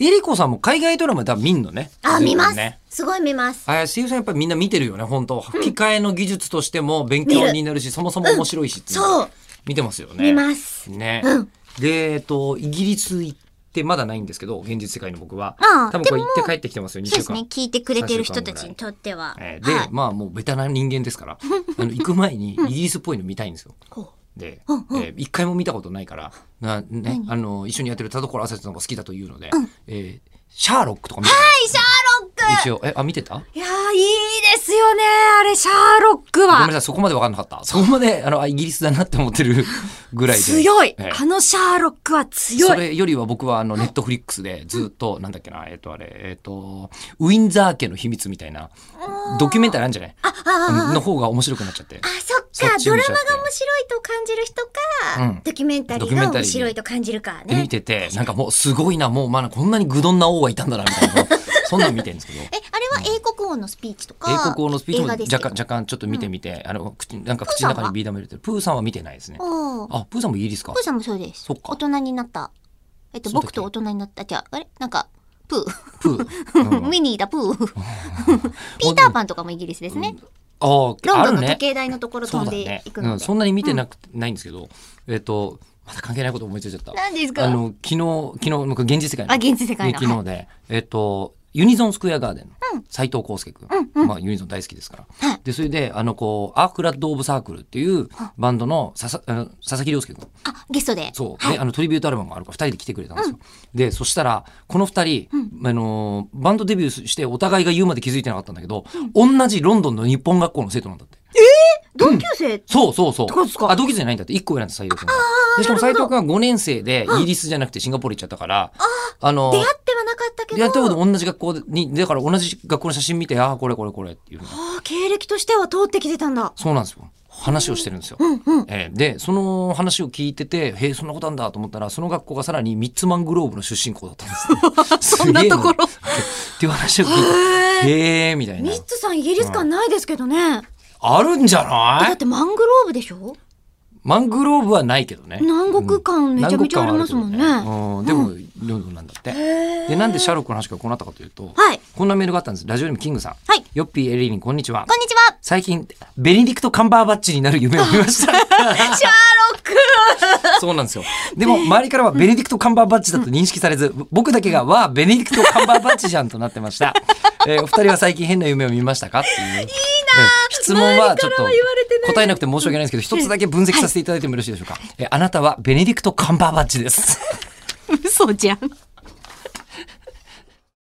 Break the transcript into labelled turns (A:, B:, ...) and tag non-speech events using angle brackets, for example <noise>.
A: えりこさんも海外ドラマ多分見んのね。
B: あ、見ます
A: ね。。
B: すごい見ます。
A: あ、声優さんやっぱりみんな見てるよね、本当吹き替えの技術としても勉強になるし、そもそも面白いしっていの
B: そう。
A: 見てますよね。
B: 見ます。
A: ね。で、えっと、イギリス行ってまだないんですけど、現実世界の僕は。
B: ああ
A: 多分これ行って帰ってきてますよ、2
B: そうで
A: 週
B: すね
A: 間。。
B: 聞いてくれてる人たちにとっては。
A: えーで、
B: はい
A: まあもうベタな人間です
B: <laughs>
A: から、あの行く前にイギリスっぽいの見たいんですよ。で、えー一回も見たことないから、なね、あの一緒にやってる田所あささんが好きだというので、えーシャーロックとか見て
B: はい、シャーロック
A: 一応えあ見てた？
B: いやー、いいですよね。あれ、シャーロック
A: ごめんな
B: は。
A: さいそこまで分かんなかった。そこまであのあイギリスだなって思って
B: <laughs>
A: るぐらいで
B: 強い。
A: えー
B: あのシャーロックは強
A: そ
B: い。
A: れよりは僕はあのネットフリックスでずっとなんだっけなえっ、とあれえっ、とウィンザー家の秘密みたいなドキュメンタリーあるんじゃない？
B: あ、あ、
A: の方が面白くなっちゃって
B: あ、。そ
A: そ
B: っか
A: っ。ち
B: ド
A: 見
B: ラ
A: ちゃ
B: マ
A: って
B: が面白いと感じる人
A: う
B: か
A: ん、
B: ドキュメンタリ
A: ドキュメ
B: ー
A: ン
B: が
A: タリー
B: 面白いと感じるか
A: で見
B: ね。
A: てて、なんかもうすごいな、もうまだこんなに愚鈍な王がいたんだな、みたい
B: <laughs>
A: な。そんなん見てるんですけど。
B: え、あれは英国王のスピーチとか。
A: 英国王のスピーチも
B: 映画です
A: 若干、
B: けど
A: 若干ちょっと見てみて、あの、口、なんか口の中にビー玉入れてる。プーさんは見てないですね。
B: おー
A: あ、プーさんもイギリスか
B: プー。さんもそうです。
A: そっか
B: 大人になった。えっと、
A: その時
B: 僕と大人になった。じゃあ、あれなんか、プー。
A: プー。うん
B: ミニーだ、プー。ピーターパンとかもイギリスですね。
A: ああ、
B: ロン
A: あ
B: ドン
A: る
B: の
A: ね
B: 時。計台のところ
A: そ
B: 飛
A: うんだ
B: で
A: ね
B: い。く
A: う
B: の
A: ん、
B: で。
A: そんなに見てなく、ないんですけど、えっと、また関係ないこと思いついちゃった。
B: 何です
A: あ
B: か
A: の、昨日、昨日、僕現実世界の
B: あ、現実世界
A: で
B: の。
A: 昨日で、えっと、ユニゾンスクエアガーデンの斎、藤康介君、
B: うんうん
A: まあ、ユニゾン大好きですから、
B: はい
A: でそれであのこうアークラッド・オブ・サークルっていうバンドのささあの佐々木亮介君
B: あ、ゲストで。
A: そう、であのトリビュートアルバムがあるから2人で来てくれたんですよ、でそしたらこの2人、あのーバンドデビューしてお互いが言うまで気づいてなかったんだけど、同じロンドンの日本学校の生徒なんだって
B: 同級生
A: そうそうそう。
B: ことですか
A: あ、同期じゃないんだって。1個選んだ斎藤君が。でしかも斎藤君は5年生で、イギリスじゃなくてシンガポール行っちゃったから、あのー
B: 出会ってはなかったけど、
A: やったこと同じ学校に、だから同じ学校の写真見て、ああ、これこれこれっていうふうに。
B: あー経歴としては通ってきてたんだ。
A: そうなんですよ。話をしてるんですよ。
B: うんうん。
A: えーで、その話を聞いてて、へえ、そんなことなんだと思ったら、その学校がさらにミッツマングローブの出身校だったんです、ね。
B: <laughs> そんなところ
A: すげえな。っていう話を聞いて、へえ、みたい
B: ミ
A: な。
B: ッツさんイギリス感ないですけどね。
A: あるんじゃな
B: だっ
A: い
B: てマングローブでしょ
A: マングローブはないけどね。
B: 南国感めちゃめちゃありますもんね。
A: 南国感はあるけどねうん、でも、ロンドンなんだって。
B: へー
A: で、なんでシャーロックの話がこうなったかというと、
B: はい。
A: こんなメールがあったんです。ラジオネームキングさん。
B: はい
A: ヨッピーエリーリン、こんにちは。
B: こんに
A: <laughs>
B: ちは。
A: 最近ベネディクト・カンバーバッチになる夢を見ました
B: シャーロック
A: <laughs> そうなんですよでも周りからはベネディクト・カンバーバッチだと認識されず僕だけが「わあベネディクト・カンバーバッチじゃん」となってました、 <laughs> えーお二人は最近変な夢を見ましたかっていういいな質問はちょっと答えなくて申し訳ないんですけど一つだけ分析させていただいてもよろしいでしょうか、えーあなたはベネディクト・カンバーバッチです
B: 嘘じゃん。